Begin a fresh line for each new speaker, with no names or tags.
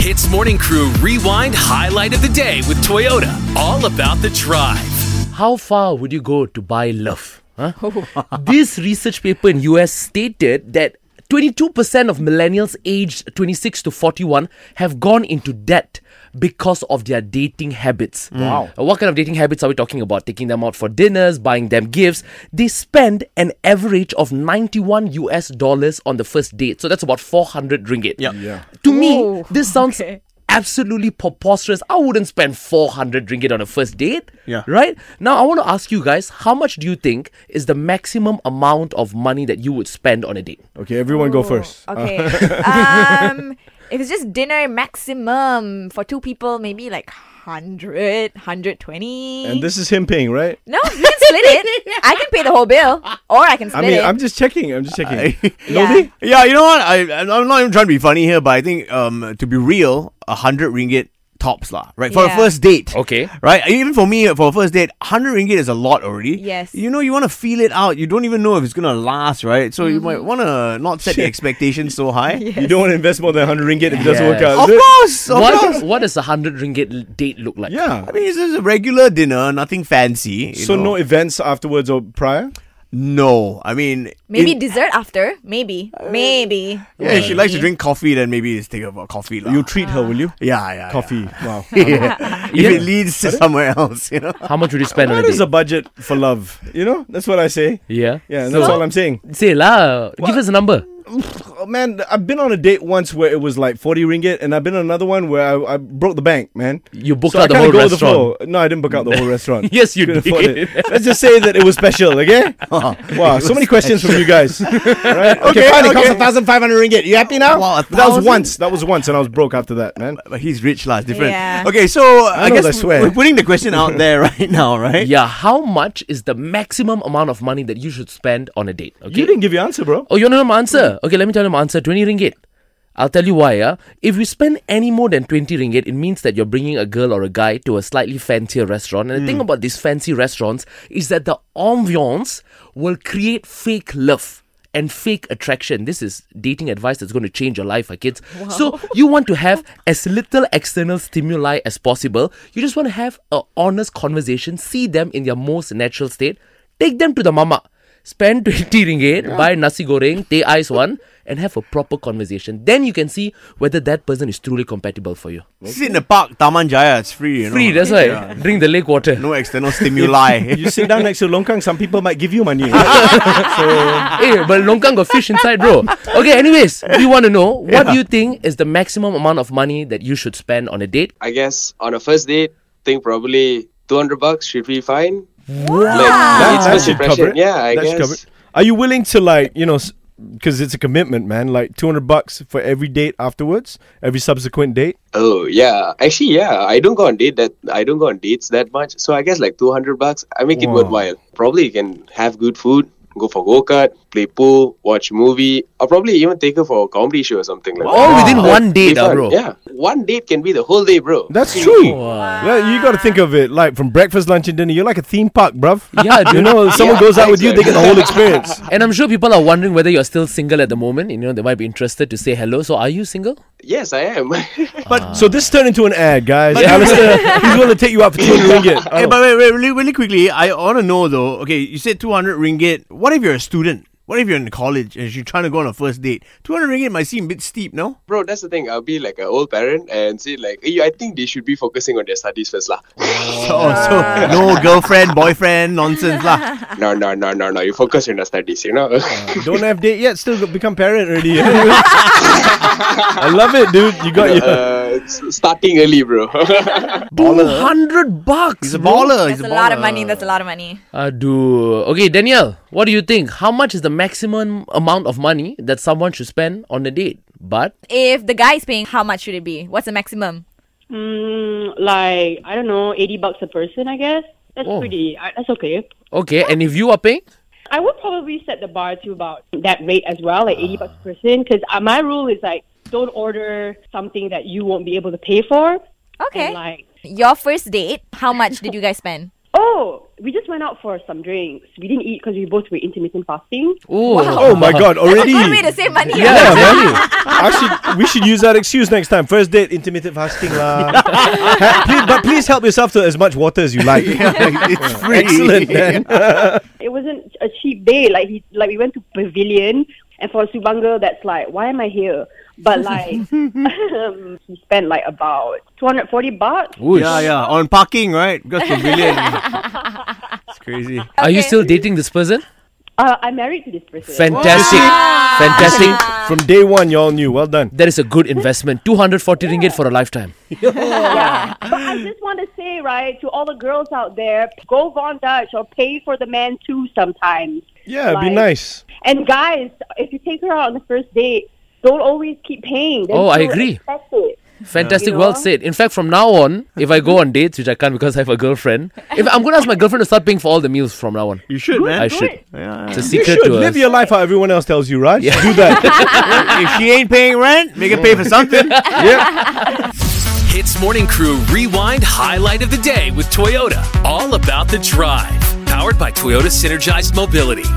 Hits Morning Crew Rewind Highlight of the Day with Toyota. All about the drive.
How far would you go to buy love? Huh?
Oh,
this research paper in US stated that 22% of millennials aged 26 to 41 have gone into debt because of their dating habits.
Mm.
Wow. What kind of dating habits are we talking about? Taking them out for dinners, buying them gifts. They spend an average of 91 US dollars on the first date. So that's about 400 ringgit.
Yep. Yeah.
To me,
Whoa,
this sounds
okay.
absolutely preposterous. I wouldn't spend 400 ringgit on a first date.
Yeah.
Right? Now, I want to ask you guys how much do you think is the maximum amount of money that you would spend on a date?
Okay, everyone
Oh.
go first. Uh.
Okay. um, if it's just dinner maximum for two people, maybe like 100, 120.
And this is him paying, right?
no, you can split it. I can pay the whole bill, or I can
I
split
mean,
it.
I'm just checking. I'm just checking.
Yeah.
Novi?
Yeah, you know what? I I'm not even trying to be funny here, but I think um to be real, a hundred ringgit tops lah, right? For
Yeah.
a first date.
Okay.
Right? Even for me, for a first date, hundred ringgit is a lot already.
Yes.
You know, you wanna feel it out. You don't even know if it's gonna last, right? So you
Mm-hmm.
might wanna not set the expectations so high.
You don't want to invest more than 100 ringgit if it doesn't work
Yes.
out.
Of
is it?
course, of course.
What, what does a 100 ringgit l- date look like?
Yeah.
I mean, it's just a regular dinner, nothing fancy. you
so
know.
no events afterwards or prior?
no. I mean,
maybe
in-
dessert after. Maybe.
Uh,
maybe.
yeah, if she likes to drink coffee, then maybe it's take her for coffee lah.
You treat
Ah.
her, will you?
yeah, yeah,
Coffee.
Yeah.
Wow.
Yeah. if it leads to somewhere else, you know.
How much would you spend on a
What
date?
is a budget for love? You know, that's what I say.
yeah.
Yeah, that's all I'm saying.
Say la. Give us a number.
Oh, man, I've been on a date once where it was like 40 ringgit, and I've been on another one where I, I broke the bank, man.
You booked
So I
out the
kinda
whole
go with
restaurant.
flow. no, I didn't book out the whole restaurant.
Yes, you
Couldn't
did.
afford it. Let's just say that it was special, okay? wow, so many questions from you guys. Right? Okay, fine, it costs
okay.
1,500 ringgit. You happy now?
Wow, a
that was
thousand?
once. That was once, and I was broke after that, man.
But he's rich, lah. It's different.
Yeah.
Okay, so uh, I,
know,
guess
I swear.
we're putting the question out there right now, right?
Yeah, how much is the maximum amount of money that you should spend on a date? Okay.
You didn't give your answer, bro.
Oh, you want to know my answer? Okay, let me tell you my answer. 20 ringgit. I'll tell you why, yeah. If you spend any more than 20 ringgit, it means that you're bringing a girl or a guy to a slightly fancier restaurant. And the thing about these fancy restaurants is that the ambiance will create fake love and fake attraction. This is dating advice that's going to change your life, for kids. So you want to have as little external stimuli as possible. You just want to have a honest conversation, see them in their most natural state, take them to the mama spend 20 ringgit, buy nasi goreng, teh ice one, and have a proper conversation. Then you can see whether that person is truly compatible for you.
Sit in the park, Taman Jaya. It's free, you know.
Free, that's why. Drink the lake water.
No external stimuli.
You sit down next to Longkang, some people might give you money.
hey, Eh, but longkang got fish inside, bro. Okay, anyways, we want to know what do you think is the maximum amount of money that you should spend on a date?
I guess on a first date, think probably 200 bucks should be fine.
that,
It's
that
first
should cover it.
impression. Yeah, I
that should
guess.
cover it. Are you willing to like you know? Because it's a commitment, man. Like two hundred bucks for every date afterwards, every subsequent date.
Oh yeah, actually yeah, I don't go on date that I don't go on dates that much. So I guess like 200 bucks, I make it
Wow.
worthwhile. Probably you can have good food, go for go kart, play pool, watch movie, or probably even take her for a comedy show or something like.
All
that.
within one date,
Be
ah,
fun.
bro.
Yeah, one date can be the whole day, bro.
That's true. Yeah, you got to think of it like from breakfast, lunch, and dinner. You're like a theme park, bruv.
Yeah,
you
dude.
know, someone
Yeah,
goes out with you, they get the whole experience.
And I'm sure people are wondering whether you're still single at the moment. You know, they might be interested to say hello. So, are you single?
Yes, I am.
so this turned into an ad, guys. Alistair, he's going to take you out for two hundred ringgit.
Hey, but wait, wait, really, really quickly, I want to know though. Okay, you said 200 ringgit. What if you're a student? What if you're in college and you're trying to go on a first date? 200 ringgit might seem a bit steep, no?
bro, that's the thing. I'll be like an old parent and say like, hey, I think they should be focusing on their studies first, lah.
So, so
Uh.
no girlfriend, boyfriend, nonsense lah.
no, no, no, no, no. You focus on your studies, you know.
Don't have date yet. Still got- become parent already. I love it, dude. You got your.
uh, s- starting early, bro.
200 bucks.
He's a baller. he's
That's a lot of
baller.
money. That's a lot of money.
Aduh. Okay, Danielle, what do you think? How much is the maximum amount of money that someone should spend on a date? But
If the guy is paying, how much should it be? What's the maximum?
Mm, like I don't know, eighty bucks a person, I guess. That's
Oh.
pretty. I, that's okay.
okay, and if you are paying,
I would probably set the bar to about that rate as well, like eighty bucks a person, because uh, my rule is like don't order something that you won't be able to pay for. And
Okay.
like,
Your first date, how much did you guys spend?
oh, we just went out for some drinks. We didn't eat because we both were intermittent fasting.
Oh,
Oh my god,
That's a
already.
good way to save money.
Yeah, man. Actually, we should use that excuse next time. First date, intermittent fasting lah. Ha- please, but please help yourself to as much water as you like.
it's free.
Excellent, man.
It wasn't a cheap day. Like he, like we went to Pavilion, and for a Subang girl, that's like, why am I here? But like, um, he spent like about two hundred forty bucks.
Whoosh.
Yeah, yeah. On parking, right? Because pavilion. it's crazy.
Are you
Okay.
still dating this person?
Uh, I'm married to this person.
Fantastic. Fantastic.
From day one, y'all knew. Well done.
That is a good investment. 240 ringgit for a lifetime.
Yeah. but I just want to say, right, to all the girls out there, go Von Dutch or pay for the man too sometimes.
Yeah, it'd be
Like-
nice.
And guys, if you take her out on the first date, don't always keep paying. Then
Oh, I
she'll
agree.
expect it.
Fantastic,
You
well
know?
said. In fact, from now on, if I go on dates, which I can't because I have a girlfriend, if I'm going to ask my girlfriend to start paying for all the meals from now on.
You should, man.
I should.
Yeah,
It's a
You
secret
should
to
live
us.
your life how everyone else tells you, right? Do that.
yeah. if she ain't paying rent, make her pay for something.
Hits Morning Crew Rewind Highlight of the Day with Toyota. All about the drive. Powered by Toyota Synergized Mobility.